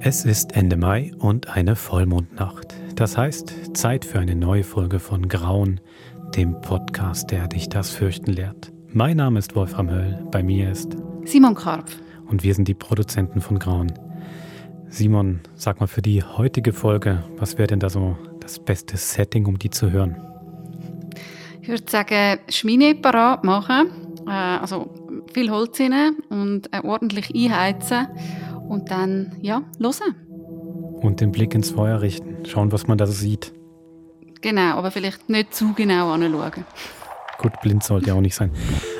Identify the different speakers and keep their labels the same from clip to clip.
Speaker 1: Es ist Ende Mai und eine Vollmondnacht. Das heißt, Zeit für eine neue Folge von Grauen, dem Podcast, der dich das Fürchten lehrt. Mein Name ist Wolfram Höll, bei mir ist
Speaker 2: Simon Karpf.
Speaker 1: und wir sind die Produzenten von Grauen. Simon, sag mal für die heutige Folge, was wäre denn da so das beste Setting, um die zu hören?
Speaker 2: Ich würde sagen, Schmine parat machen, äh, also viel Holz rein und äh, ordentlich einheizen und dann, ja, hören.
Speaker 1: Und den Blick ins Feuer richten, schauen, was man da so sieht.
Speaker 2: Genau, aber vielleicht nicht zu genau anschauen.
Speaker 1: Gut, blind sollte ja auch nicht sein.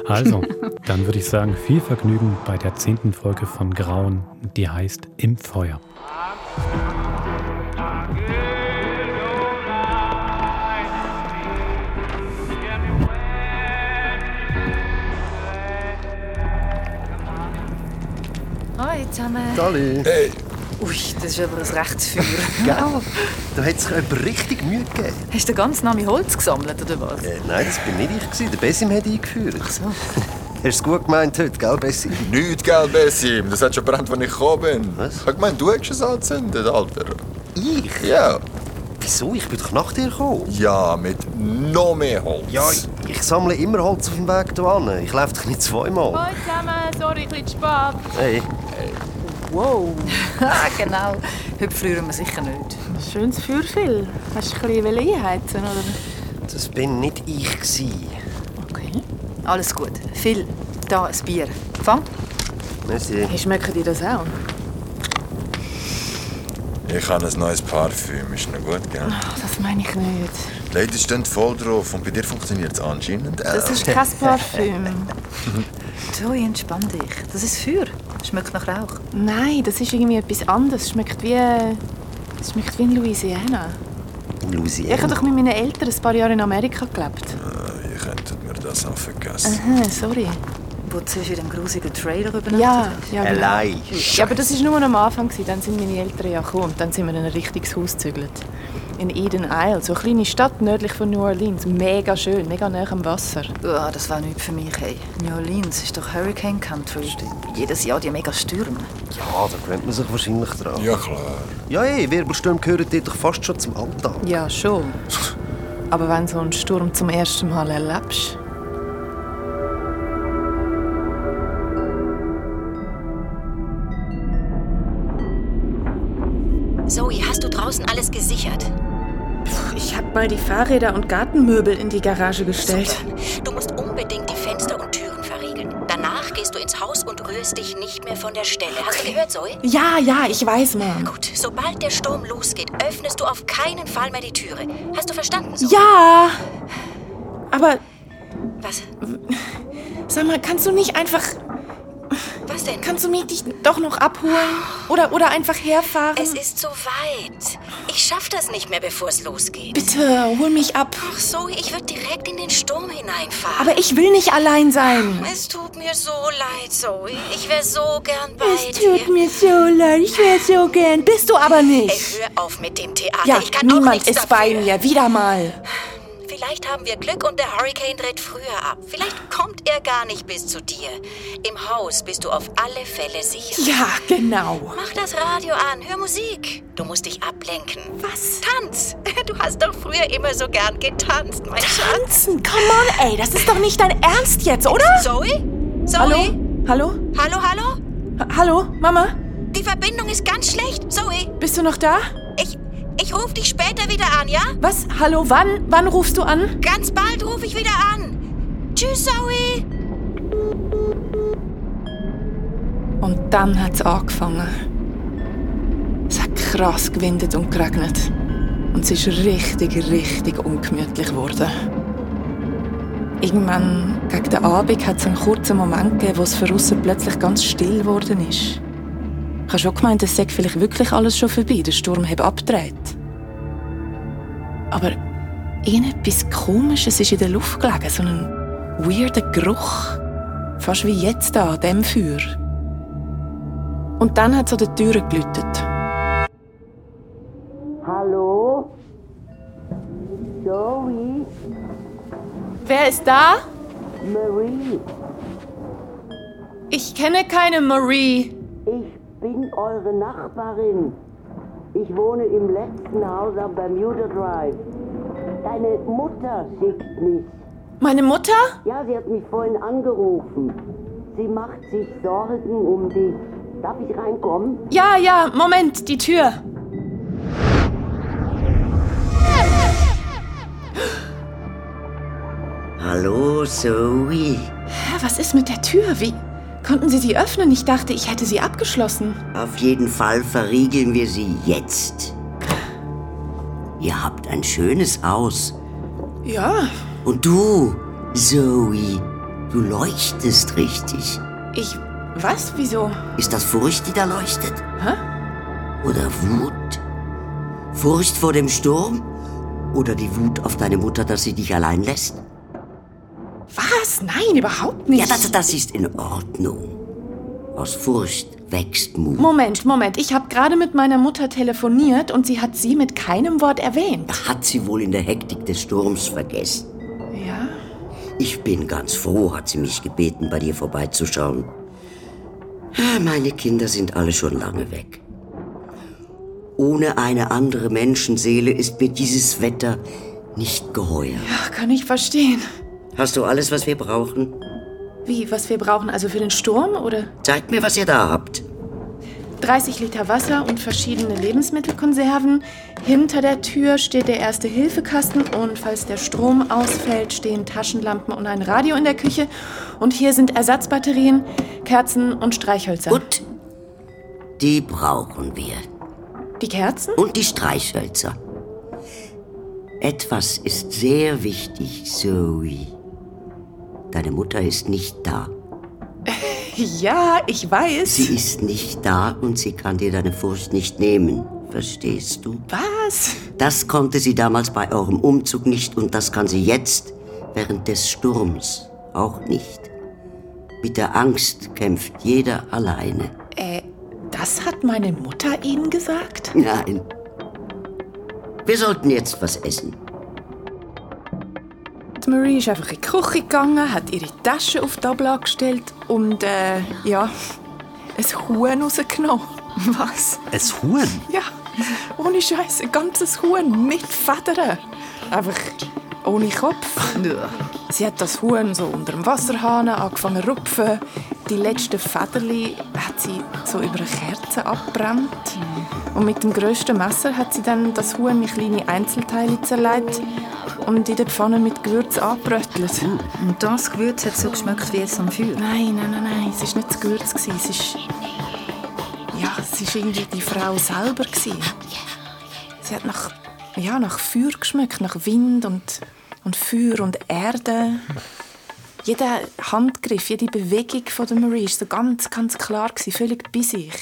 Speaker 1: Also, dann würde ich sagen, viel Vergnügen bei der zehnten Folge von Grauen, die heißt Im Feuer.
Speaker 3: Hi zusammen.
Speaker 4: Dali,
Speaker 3: Ui, das ist aber ein rechtes Feuer.
Speaker 4: gell? Da hat sich jemand richtig Mühe gegeben.
Speaker 3: Hast du den ganzen Namen Holz gesammelt, oder was?
Speaker 4: Äh, nein, das bin nicht ich. Gewesen. Der Bessim hat eingeführt. Ach so. Hast du es gut gemeint heute, gell, Bessim?
Speaker 5: Nicht, gell, Bessim? Das hat schon brennt, als ich gekommen bin.
Speaker 4: Was?
Speaker 5: Ich meine, du hast es anzündet, Alter.
Speaker 4: Ich?
Speaker 5: Ja.
Speaker 4: Wieso? Ich bin doch nach dir gekommen.
Speaker 5: Ja, mit noch mehr Holz.
Speaker 4: Ja, ich, ich sammle immer Holz auf dem Weg hierher. Ich laufe dich nicht zweimal.
Speaker 6: Hallo zusammen, sorry, ein bisschen zu spät.
Speaker 4: Hey,
Speaker 3: Wow. ah, genau. Heute frieren wir sicher nicht.
Speaker 6: Schönes Feuer, Phil. Hast du ein bisschen einheizen oder?
Speaker 4: das bin nicht ich. Gewesen.
Speaker 3: Okay. Alles gut. Phil, da ein Bier. Fang.
Speaker 4: Merci.
Speaker 6: Hey, schmecken dir das auch?
Speaker 5: Ich habe ein neues Parfüm. Ist noch gut, gell?
Speaker 6: Oh, das meine ich nicht.
Speaker 5: Die Ladies stehen voll drauf und bei dir funktioniert es anscheinend auch.
Speaker 6: Das ist kein Parfüm.
Speaker 3: So, entspann dich. Das ist Feuer. Schmeckt nach Rauch.
Speaker 6: Nein, das ist irgendwie etwas anderes. Es schmeckt wie... Es schmeckt wie in Louisiana.
Speaker 4: In
Speaker 6: Ich habe
Speaker 4: Louisiana.
Speaker 6: doch mit meinen Eltern ein paar Jahre in Amerika gelebt.
Speaker 5: Äh, Ihr könntet mir das auch vergessen.
Speaker 6: Aha, sorry.
Speaker 3: Wo du zwischen dem grusigen Trailer übernachtet
Speaker 6: Ja,
Speaker 3: hast.
Speaker 6: ja. genau.
Speaker 4: Allein.
Speaker 6: Ja, aber das war nur am Anfang. gewesen. Dann sind meine Eltern ja gekommen und dann sind wir in ein richtiges Haus gezügelt. In Eden Isle, so eine kleine Stadt nördlich von New Orleans. Mega schön, mega nah am Wasser.
Speaker 3: Ah, das war nichts für mich. Hey. New Orleans ist doch Hurricane Country. Jedes Jahr die mega Stürme.
Speaker 4: Ja, da gewöhnt man sich wahrscheinlich dran.
Speaker 5: Ja, klar.
Speaker 4: Ja, hey, Wirbelstürme gehören dir doch fast schon zum Alltag.
Speaker 6: Ja, schon. Aber wenn so einen Sturm zum ersten Mal erlebst,
Speaker 7: Zoe, hast du draußen alles gesichert?
Speaker 8: Ich habe mal die Fahrräder und Gartenmöbel in die Garage gestellt.
Speaker 7: Super. Du musst unbedingt die Fenster und Türen verriegeln. Danach gehst du ins Haus und rührst dich nicht mehr von der Stelle. Hast du gehört, Zoe?
Speaker 8: Ja, ja, ich weiß, Mom.
Speaker 7: Gut, sobald der Sturm losgeht, öffnest du auf keinen Fall mehr die Türe. Hast du verstanden, Zoe?
Speaker 8: Ja! Aber
Speaker 7: Was?
Speaker 8: sag mal, kannst du nicht einfach.
Speaker 7: Was denn?
Speaker 8: Kannst du mich dich doch noch abholen? Oder, oder einfach herfahren?
Speaker 7: Es ist so weit. Ich schaff das nicht mehr, bevor es losgeht.
Speaker 8: Bitte, hol mich ab.
Speaker 7: Ach, Zoe, ich würde direkt in den Sturm hineinfahren.
Speaker 8: Aber ich will nicht allein sein.
Speaker 7: es tut mir so leid, Zoe. Ich wäre so gern bei dir.
Speaker 8: Tut mir so leid, ich wäre so gern. Bist du aber
Speaker 7: Ey,
Speaker 8: nicht.
Speaker 7: hör auf mit dem Theater.
Speaker 8: Ja,
Speaker 7: ich kann auch
Speaker 8: niemand
Speaker 7: nichts
Speaker 8: ist bei
Speaker 7: dafür.
Speaker 8: mir. Wieder mal.
Speaker 7: Vielleicht haben wir Glück und der Hurricane dreht früher ab. Vielleicht kommt er gar nicht bis zu dir. Im Haus bist du auf alle Fälle sicher.
Speaker 8: Ja, genau.
Speaker 7: Mach das Radio an, hör Musik. Du musst dich ablenken.
Speaker 8: Was?
Speaker 7: Tanz! Du hast doch früher immer so gern getanzt, mein Schatz.
Speaker 8: Tanzen, come on, ey. Das ist doch nicht dein Ernst jetzt, oder?
Speaker 7: Zoe? Zoe?
Speaker 8: Hallo? Hallo?
Speaker 7: Hallo, hallo?
Speaker 8: Ha- Hallo, Mama?
Speaker 7: Die Verbindung ist ganz schlecht. Zoe,
Speaker 8: Bist du noch da?
Speaker 7: ich, ich rufe dich später wieder an, ja?
Speaker 8: Was? Hallo, wann? Wann rufst du an?
Speaker 7: Ganz bald rufe ich wieder an. Tschüss, Zoe.
Speaker 6: Und dann hat es angefangen. Es hat krass gewindet und geregnet. Und es ist richtig, richtig ungemütlich geworden. Irgendwann gegen den Abend hat es einen kurzen Moment gegeben, wo es für aussen plötzlich ganz still geworden ist. Ich habe schon gemeint, es sei vielleicht wirklich alles schon vorbei, der Sturm habe abgedreht. Aber irgendetwas Komisches ist in der Luft gelegen, so ein weirder Geruch. Fast wie jetzt da, an diesem Feuer. Und dann hat es an der Tür geläutet.
Speaker 8: Wer ist da? Marie. Ich kenne keine Marie.
Speaker 9: Ich bin eure Nachbarin. Ich wohne im letzten Haus am Bermuda Drive. Deine Mutter schickt mich.
Speaker 6: Meine Mutter?
Speaker 9: Ja, sie hat mich vorhin angerufen. Sie macht sich Sorgen um dich. Darf ich reinkommen?
Speaker 6: Ja, ja, Moment, die Tür.
Speaker 9: Hallo, Zoe.
Speaker 6: Hä, was ist mit der Tür? Wie konnten Sie sie öffnen? Ich dachte, ich hätte sie abgeschlossen.
Speaker 9: Auf jeden Fall verriegeln wir sie jetzt. Ihr habt ein schönes Haus.
Speaker 6: Ja,
Speaker 9: Und du, Zoe, du leuchtest richtig.
Speaker 6: ich. Was? Wieso?
Speaker 9: Ist das Furcht, die da leuchtet? Oder Wut? Furcht vor dem Sturm? Oder die Wut auf deine Mutter, dass sie dich allein lässt?
Speaker 6: Was? Nein, überhaupt nicht.
Speaker 9: Ja, das, das ist in Ordnung. Aus Furcht wächst Mut.
Speaker 6: Moment, Moment. Ich habe gerade mit meiner Mutter telefoniert und sie hat sie mit keinem Wort erwähnt.
Speaker 9: Hat sie wohl in der Hektik des Sturms vergessen.
Speaker 6: Ja?
Speaker 9: Ich bin ganz froh, hat sie mich gebeten, bei dir vorbeizuschauen. Ah, Meine Kinder sind alle schon lange weg. Ohne eine andere Menschenseele ist mir dieses Wetter nicht geheuer.
Speaker 6: Ach, kann ich verstehen.
Speaker 9: Hast du alles, was wir brauchen?
Speaker 6: Wie, was wir brauchen? Also für den Sturm oder?
Speaker 9: Zeigt mir, was ihr da habt.
Speaker 6: 30 Liter Wasser und verschiedene Lebensmittelkonserven. Hinter der Tür steht der Erste-Hilfe-Kasten und falls der Strom ausfällt, stehen Taschenlampen und ein Radio in der Küche. Und hier sind Ersatzbatterien, Kerzen und Streichhölzer.
Speaker 9: Gut. Die brauchen wir.
Speaker 6: Die Kerzen?
Speaker 9: Und die Streichhölzer. Etwas ist sehr wichtig, Zoe. Deine Mutter ist nicht da.
Speaker 6: Ja, ich weiß.
Speaker 9: Sie ist nicht da und sie kann dir deine Furcht nicht nehmen. Verstehst du?
Speaker 6: Was?
Speaker 9: Das konnte sie damals bei eurem Umzug nicht und das kann sie jetzt während des Sturms auch nicht. Mit der Angst kämpft jeder alleine.
Speaker 6: Äh, das hat meine Mutter Ihnen gesagt?
Speaker 9: Nein. Wir sollten jetzt was essen.
Speaker 6: Die Marie ist einfach in die Küche gegangen, hat ihre Tasche auf die Ablage gestellt und, äh, ja, ein Huhn rausgenommen. Was?
Speaker 4: Es Huhn?
Speaker 6: Ja, ohne Scheiß, ein ganzes Huhn mit Federn. Einfach ohne Kopf. Sie hat das Huhn so unter dem Wasserhahn angefangen zu rupfen. Die letzten Federli hat sie so über eine Kerze abbrennt. Und mit dem grössten Messer hat sie dann das Huhn in kleine Einzelteile zerlegt und in der Pfanne mit Gewürz angebrötelt.
Speaker 3: Und das Gewürz hat so geschmeckt wie jetzt am Feuer.
Speaker 6: Nein, nein, nein, nein, es war nicht das Gewürz. gewesen, Es ist. Ja, es war irgendwie die Frau selber. gewesen. Sie hat nach, ja, nach Feuer geschmeckt, nach Wind und, und Feuer und Erde. Jeder Handgriff, jede Bewegung von der Marie war so ganz, ganz klar, gewesen, völlig bei sich.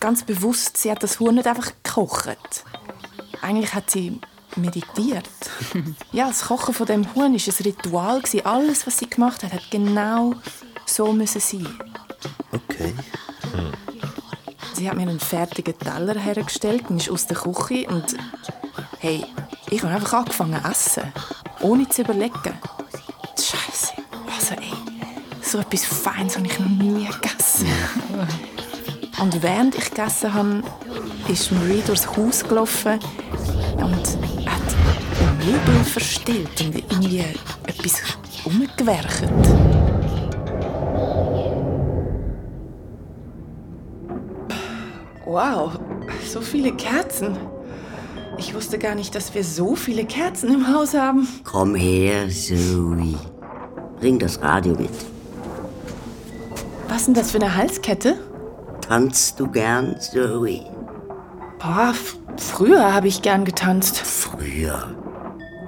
Speaker 6: Ganz bewusst, sie hat das Huhn nicht einfach gekocht. Eigentlich hat sie meditiert. ja, das Kochen von dem Huhn war ein Ritual. gewesen. Alles, was sie gemacht hat, hat genau so müssen sein.
Speaker 4: Okay.
Speaker 6: Sie hat mir einen fertigen Teller hergestellt und ist aus der Küche und hey, ich habe einfach angefangen zu essen, ohne zu überlegen. Scheiße, also ey, so etwas Feines habe ich noch nie gegessen. Und während ich gegessen habe, ist Marie durchs Haus gelaufen und hat Möbel verstellt und irgendwie etwas umgewerkt. Wow, so viele Kerzen. Ich wusste gar nicht, dass wir so viele Kerzen im Haus haben.
Speaker 9: Komm her, Zoe. Bring das Radio mit.
Speaker 6: Was ist denn das für eine Halskette?
Speaker 9: Tanzt du gern, Zoe?
Speaker 6: Boah, f- früher habe ich gern getanzt.
Speaker 9: Früher.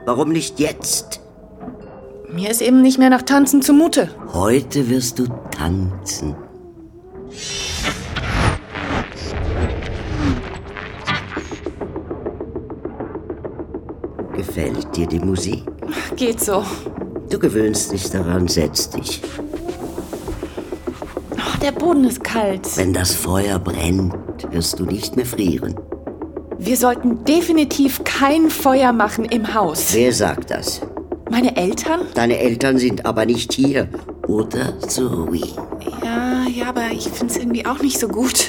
Speaker 9: Warum nicht jetzt?
Speaker 6: Mir ist eben nicht mehr nach Tanzen zumute.
Speaker 9: Heute wirst du tanzen. Gefällt dir die Musik?
Speaker 6: Geht so.
Speaker 9: Du gewöhnst dich daran, setz dich.
Speaker 6: Oh, der Boden ist kalt.
Speaker 9: Wenn das Feuer brennt, wirst du nicht mehr frieren.
Speaker 6: Wir sollten definitiv kein Feuer machen im Haus.
Speaker 9: Wer sagt das?
Speaker 6: Meine Eltern?
Speaker 9: Deine Eltern sind aber nicht hier, oder, Zoe?
Speaker 6: Ja, Ja, aber ich finde es irgendwie auch nicht so gut.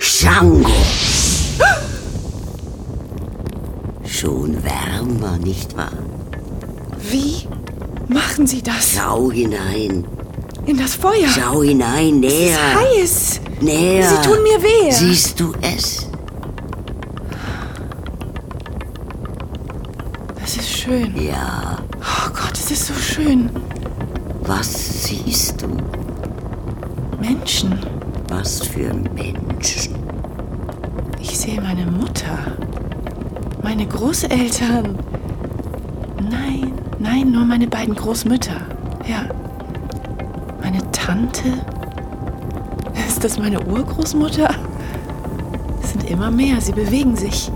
Speaker 9: Django! Schon wärmer, nicht wahr?
Speaker 6: Wie machen Sie das?
Speaker 9: Schau hinein.
Speaker 6: In das Feuer?
Speaker 9: Schau hinein,
Speaker 6: Es ist
Speaker 9: näher.
Speaker 6: heiß.
Speaker 9: Näher.
Speaker 6: Sie tun mir weh.
Speaker 9: Siehst du es?
Speaker 6: Das ist schön.
Speaker 9: Ja.
Speaker 6: Oh Gott, es ist so schön.
Speaker 9: Was siehst du?
Speaker 6: Menschen.
Speaker 9: Was für Menschen.
Speaker 6: Ich sehe meine Mutter. Meine Großeltern. Nein, nein, nur meine beiden Großmütter. Ja. Meine Tante. Ist das meine Urgroßmutter? Es sind immer mehr. Sie bewegen sich.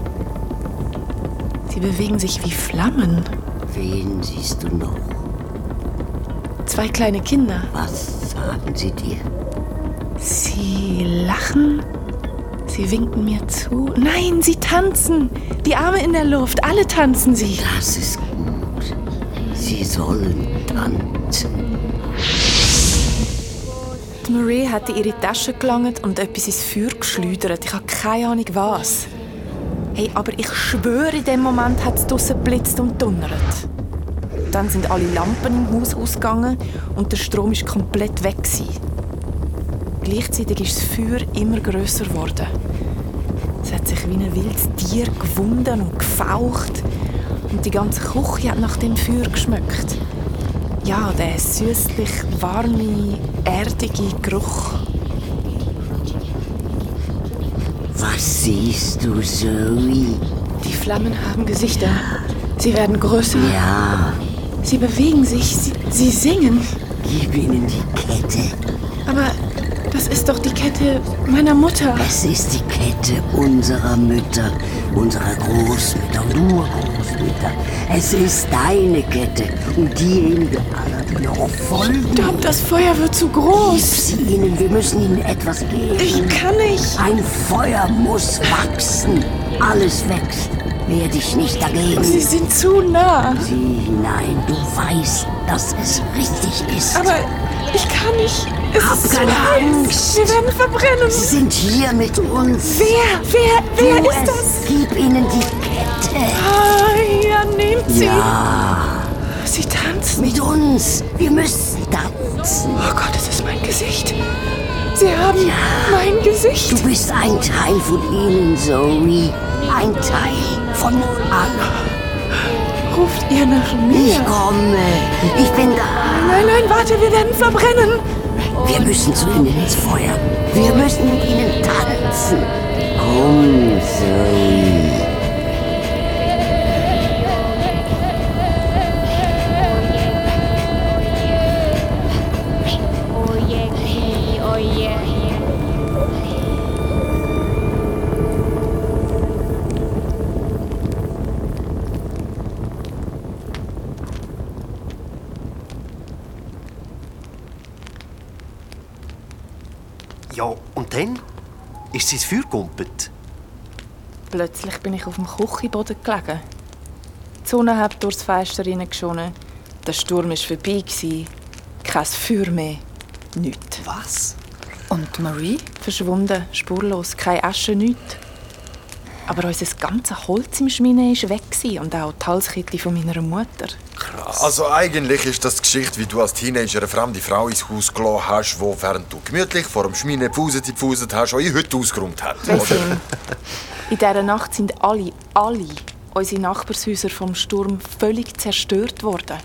Speaker 6: Sie bewegen sich wie Flammen.
Speaker 9: Wen siehst du noch?
Speaker 6: Zwei kleine Kinder.
Speaker 9: Was sagen sie dir?
Speaker 6: Sie lachen. Sie winken mir zu. Nein, sie tanzen. Die Arme in der Luft. Alle tanzen sie.
Speaker 9: Das ist gut. Sie sollen tanzen.
Speaker 6: Die Marie hat in ihre Tasche gelangt und etwas ins Feuer geschleudert. Ich habe keine Ahnung, was. Hey, aber ich schwöre, in dem Moment hat es draussen geblitzt und donnert. Dann sind alle Lampen im Haus ausgegangen und der Strom ist komplett weg. Gewesen. Gleichzeitig ist das Feuer immer grösser geworden. Es hat sich wie ein wildes Tier gewunden und gefaucht. Und die ganze Küche hat nach dem Feuer geschmeckt. Ja, der süßlich warme, erdige Geruch.
Speaker 9: Was siehst du, Zoe?
Speaker 6: Die Flammen haben Gesichter. Sie werden größer.
Speaker 9: Ja,
Speaker 6: Sie bewegen sich. Sie, sie singen.
Speaker 9: gib ihnen die Kette.
Speaker 6: Aber das ist doch die Kette meiner Mutter.
Speaker 9: Es ist die Kette unserer Mütter, unserer Großmütter und Urgroßmütter. Es ist deine Kette und diejenige aller, die noch folgen.
Speaker 6: Tom, das Feuer wird zu
Speaker 9: Gib
Speaker 6: groß.
Speaker 9: sie ihnen, wir müssen ihnen etwas geben.
Speaker 6: Ich kann nicht.
Speaker 9: Ein Feuer muss wachsen. Alles wächst. Wehr dich nicht dagegen.
Speaker 6: Sie sind zu nah.
Speaker 9: Sieh hinein, du weißt, dass es richtig ist.
Speaker 6: Aber ich kann nicht. Es
Speaker 9: Hab
Speaker 6: ist zu
Speaker 9: keine
Speaker 6: heiß.
Speaker 9: Angst.
Speaker 6: Wir werden
Speaker 9: Sie
Speaker 6: verbrennen.
Speaker 9: sind hier mit uns.
Speaker 6: Wer, wer, wer
Speaker 9: Du
Speaker 6: ist
Speaker 9: es.
Speaker 6: das?
Speaker 9: Gib ihnen die Kette.
Speaker 6: Ah, ja, nehmt sie.
Speaker 9: Ja,
Speaker 6: Sie tanzen.
Speaker 9: mit uns. Wir müssen tanzen.
Speaker 6: Oh Gott, es ist mein Gesicht. Sie haben mein Gesicht.
Speaker 9: Du bist ein Teil von ihnen, Zoe. Ein Teil von allen.
Speaker 6: Ruft ihr nach mir?
Speaker 9: Ich komme. Ich bin da.
Speaker 6: Nein, nein, warte, wir werden verbrennen.
Speaker 9: Wir müssen zu ihnen ins Feuer. Wir müssen mit ihnen tanzen. Komm, Zoe.
Speaker 4: Ja, und dann ist sie ins Feuer gumpet.
Speaker 6: Plötzlich bin ich auf dem Küchenboden gelegen. Die Sonne hat durchs Fenster reingeschonen. Der Sturm war vorbei. Gewesen. Kein Feuer mehr. Nichts.
Speaker 4: Was?
Speaker 3: Und Marie?
Speaker 6: Verschwunden, spurlos, keine Asche, nichts. Aber unser ganzes Holz im Schmine war weg gewesen und auch die Halskette von meiner Mutter.
Speaker 5: Also eigentlich ist das die Geschichte, wie du als Teenager eine fremde Frau ins Haus gelassen hast, die während du gemütlich vor dem Schmine Pfuset gepfuset hast, eure Hütte ausgeräumt hat.
Speaker 6: Besim. In dieser Nacht sind alle, alle unsere Nachbarshäuser vom Sturm völlig zerstört worden.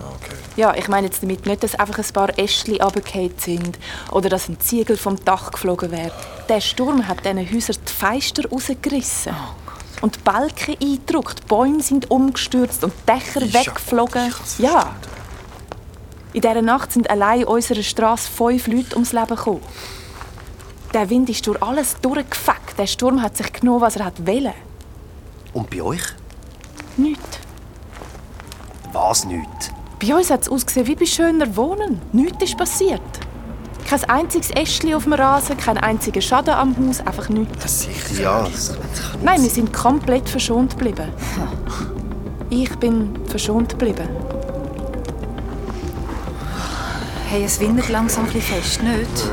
Speaker 5: Okay.
Speaker 6: Ja, ich meine jetzt damit nicht, dass einfach ein paar Ästchen runtergefallen sind oder dass ein Ziegel vom Dach geflogen wäre. Der Sturm hat diesen Häusern die Feister rausgerissen. Und die Balken eingedrückt, die Bäume sind umgestürzt und die Dächer weggeflogen. Ja. In dieser Nacht sind allein unserer Straße fünf Leute ums Leben gekommen. Der Wind ist durch alles durchgefegt. Der Sturm hat sich genommen, was er wollte.
Speaker 4: Und bei euch?
Speaker 6: Nichts.
Speaker 4: Was nicht?
Speaker 6: Bei uns hat es ausgesehen wie bei schöner Wohnen. Nichts ist passiert. Kein einziges Äschli auf dem Rasen, kein einziger Schaden am Haus, einfach nichts.
Speaker 4: Ja.
Speaker 6: Nein, wir sind komplett verschont geblieben. Ich bin verschont geblieben.
Speaker 3: Hey, es windet langsam ein bisschen fest, nicht?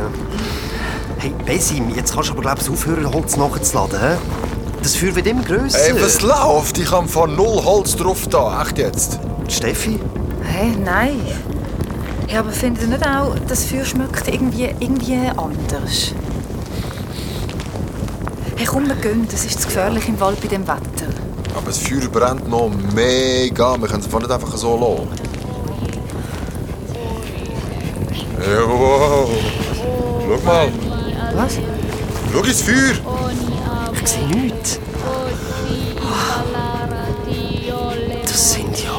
Speaker 4: Hey, Besim, jetzt kannst du aber glaubst aufhören, Holz nachzuladen, hä? Das Feuer wird immer grösser.
Speaker 5: Ey, was läuft? Ich habe von null Holz drauf da. Echt jetzt?
Speaker 4: Steffi?
Speaker 3: Hey, nein. Ja, aber findet ihr nicht auch, das Feuer schmeckt irgendwie, irgendwie anders? Hey, komm, wir gehen. Das ist zu gefährlich im Wald bei dem Wetter.
Speaker 5: Aber das Feuer brennt noch mega. Wir können es einfach nicht einfach so lassen. Ey, wow. Schau mal.
Speaker 3: Was?
Speaker 5: Schau ins Feuer.
Speaker 4: Ich sehe nichts. Das sind ja...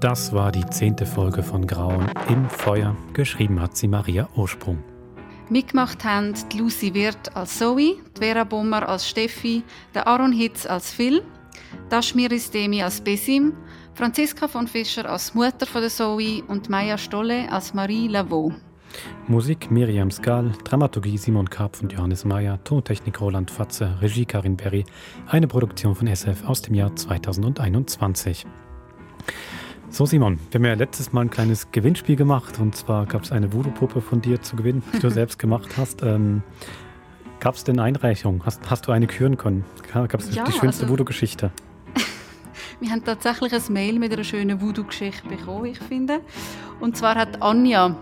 Speaker 1: Das war die zehnte Folge von Grauen im Feuer. Geschrieben hat sie Maria Ursprung.
Speaker 2: Mitgemacht haben die Lucy Wirth als Zoe, die Vera Bummer als Steffi, der Aaron Hitz als Phil, Dashmiris Demi als Besim, Franziska von Fischer als Mutter von der Zoe und Maya Stolle als Marie Lavaux.
Speaker 1: Musik Miriam Skal, Dramaturgie Simon Karpf und Johannes Meyer, Tontechnik Roland Fatze, Regie Karin Berry, eine Produktion von SF aus dem Jahr 2021. So Simon, wir haben ja letztes Mal ein kleines Gewinnspiel gemacht und zwar gab es eine Voodoo-Puppe von dir zu gewinnen, die du selbst gemacht hast. Ähm, gab es denn Einreichungen? Hast, hast du eine küren können? Gab es
Speaker 2: Ja,
Speaker 1: die schönste
Speaker 2: also-
Speaker 1: Voodoo-Geschichte?
Speaker 2: Wir haben tatsächlich ein Mail mit einer schönen Voodoo-Geschichte bekommen, ich finde. Und zwar hat Anja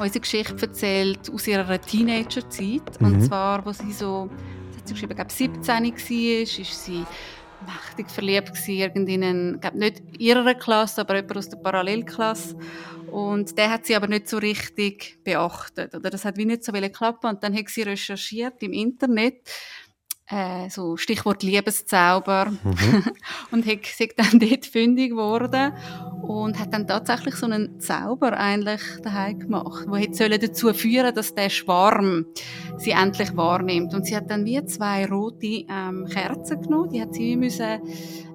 Speaker 2: unsere Geschichte erzählt aus ihrer Teenagerzeit. Und zwar, wo sie so, das hat sie geschrieben, glaube 17 war, ist sie mächtig verliebt gewesen, irgendeinen, glaube nicht ihrer Klasse, aber jemand aus der Parallelklasse. Und der hat sie aber nicht so richtig beachtet, oder? Das hat wie nicht so wollen klappen. Und dann hat sie recherchiert im Internet, äh, so Stichwort Liebeszauber und hat, sie dann dort fündig geworden und hat dann tatsächlich so einen Zauber eigentlich daheim gemacht, wo hätte sollen dazu führen, dass der Schwarm sie endlich wahrnimmt und sie hat dann wie zwei rote ähm, Kerzen genommen, die hat sie wie müssen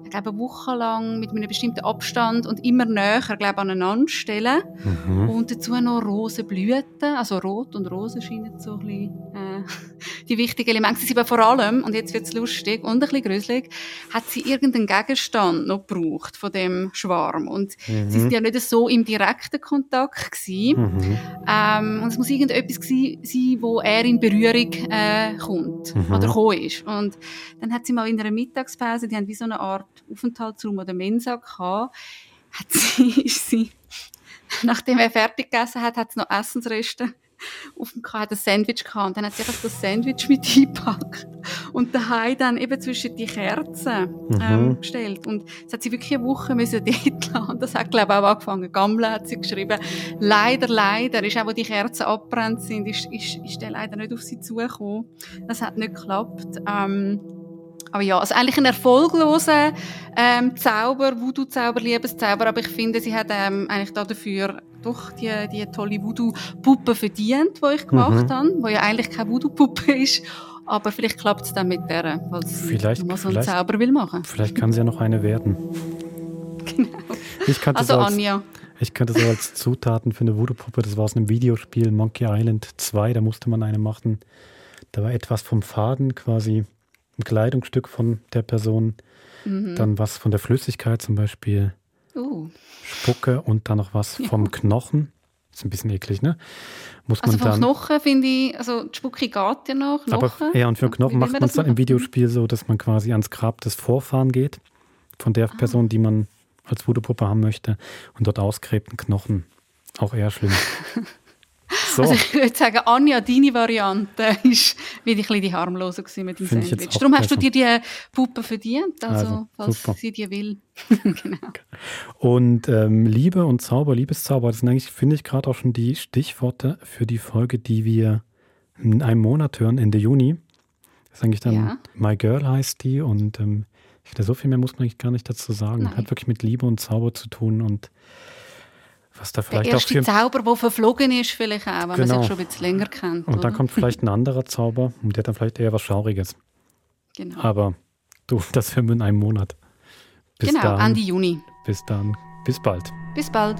Speaker 2: ich glaube, eine Woche lang mit einem bestimmten Abstand und immer näher, ich glaube, aneinander stellen.
Speaker 1: Mhm. Hm?
Speaker 2: Und dazu noch Rosenblüten, also Rot und Rosen scheinen so ein bisschen, äh, die wichtigen Elemente sind. Aber vor allem, und jetzt wird's lustig und ein bisschen gruselig, hat sie irgendeinen Gegenstand noch gebraucht von dem Schwarm. Und
Speaker 1: Mhm.
Speaker 2: sie sind ja nicht so im direkten Kontakt gewesen.
Speaker 1: Mhm.
Speaker 2: Ähm, und es muss irgendetwas gsi- sein, wo er in Berührung äh, kommt oder gekommen ist. Und dann hat sie mal in einer Mittagspause, die haben wie so eine Art Aufenthaltsraum oder Mensa gehabt, hat sie, ist sie, nachdem er fertig gegessen hat, hat sie noch Essensreste auf dem K hat ein Sandwich gehabt. Und dann hat sie einfach das Sandwich mit eingepackt und daheim dann eben zwischen die Kerzen ähm, gestellt. Und das hat sie wirklich eine Woche müssen dort lassen. Und Das hat, glaube ich, auch angefangen. Gamle hat sie geschrieben. Leider, leider, ist auch, wo die Kerzen abbrennt sind, ist, ist, ist der leider nicht auf sie zugekommen. Das hat nicht geklappt. Ähm, aber ja, also eigentlich ein erfolgloser ähm, Zauber, Voodoo-Zauber, Liebeszauber, aber ich finde, sie hat ähm, eigentlich da dafür doch die, die tolle Voodoo-Puppe verdient, die ich gemacht
Speaker 1: Mhm.
Speaker 2: habe, die ja eigentlich keine Voodoo-Puppe ist, aber vielleicht klappt es dann mit der, weil sie
Speaker 1: Vielleicht,
Speaker 2: nochmal so einen
Speaker 1: vielleicht.
Speaker 2: Zauber will machen.
Speaker 1: Vielleicht kann sie ja noch eine werden. Ich kannte
Speaker 2: Genau. Also
Speaker 1: so als,
Speaker 2: Anja,
Speaker 1: Ich kannte so als Zutaten für eine Voodoo-Puppe, das war aus einem Videospiel Monkey Island 2, da musste man eine machen. Da war etwas vom Faden quasi, ein Kleidungsstück von der Person,
Speaker 2: Mhm.
Speaker 1: dann was von der Flüssigkeit zum Beispiel,
Speaker 2: uh,
Speaker 1: Spucke und dann noch was vom Knochen. Ist ein bisschen eklig, ne? Muss
Speaker 2: also
Speaker 1: man
Speaker 2: vom
Speaker 1: dann.
Speaker 2: Knochen finde ich, also die Spucke geht ja noch,
Speaker 1: aber
Speaker 2: Knochen.
Speaker 1: ja, und für den
Speaker 2: Wie will
Speaker 1: Knochen macht man es
Speaker 2: das
Speaker 1: dann im
Speaker 2: machen?
Speaker 1: Videospiel so, dass man quasi ans Grab des Vorfahren geht, von
Speaker 2: Ah.
Speaker 1: der Person, die man als Voodoo-Puppe haben möchte, und dort ausgräbt einen Knochen. Auch eher schlimm. So.
Speaker 2: Also ich würde sagen, Anja, deine Variante ist wieder ein bisschen die harmlose gewesen mit dem
Speaker 1: Finde ich jetzt
Speaker 2: Sandwich.
Speaker 1: auch
Speaker 2: Darum hast du
Speaker 1: besser.
Speaker 2: dir die Puppe verdient, also,
Speaker 1: Also,
Speaker 2: falls
Speaker 1: super.
Speaker 2: sie dir will. genau.
Speaker 1: Und ähm, Liebe und Zauber, Liebeszauber, das sind eigentlich, finde ich, gerade auch schon die Stichworte für die Folge, die wir in einem Monat hören, Ende Juni. Das ist eigentlich dann
Speaker 2: Ja.
Speaker 1: My Girl heißt die und ähm, ich finde, so viel mehr muss man eigentlich gar nicht dazu sagen.
Speaker 2: Nein.
Speaker 1: Hat wirklich mit Liebe und Zauber zu tun und was da
Speaker 2: Der
Speaker 1: vielleicht auch
Speaker 2: erste
Speaker 1: für...
Speaker 2: Zauber, der verflogen ist, vielleicht auch, wenn
Speaker 1: Genau.
Speaker 2: man sich schon ein bisschen länger kennt.
Speaker 1: Und
Speaker 2: oder?
Speaker 1: dann kommt vielleicht ein anderer Zauber und der hat dann vielleicht eher was Schauriges.
Speaker 2: genau,
Speaker 1: Aber du, das filmen in einem Monat. Bis
Speaker 2: genau
Speaker 1: dann.
Speaker 2: Ende Juni.
Speaker 1: Bis dann. Bis bald.
Speaker 2: Bis bald.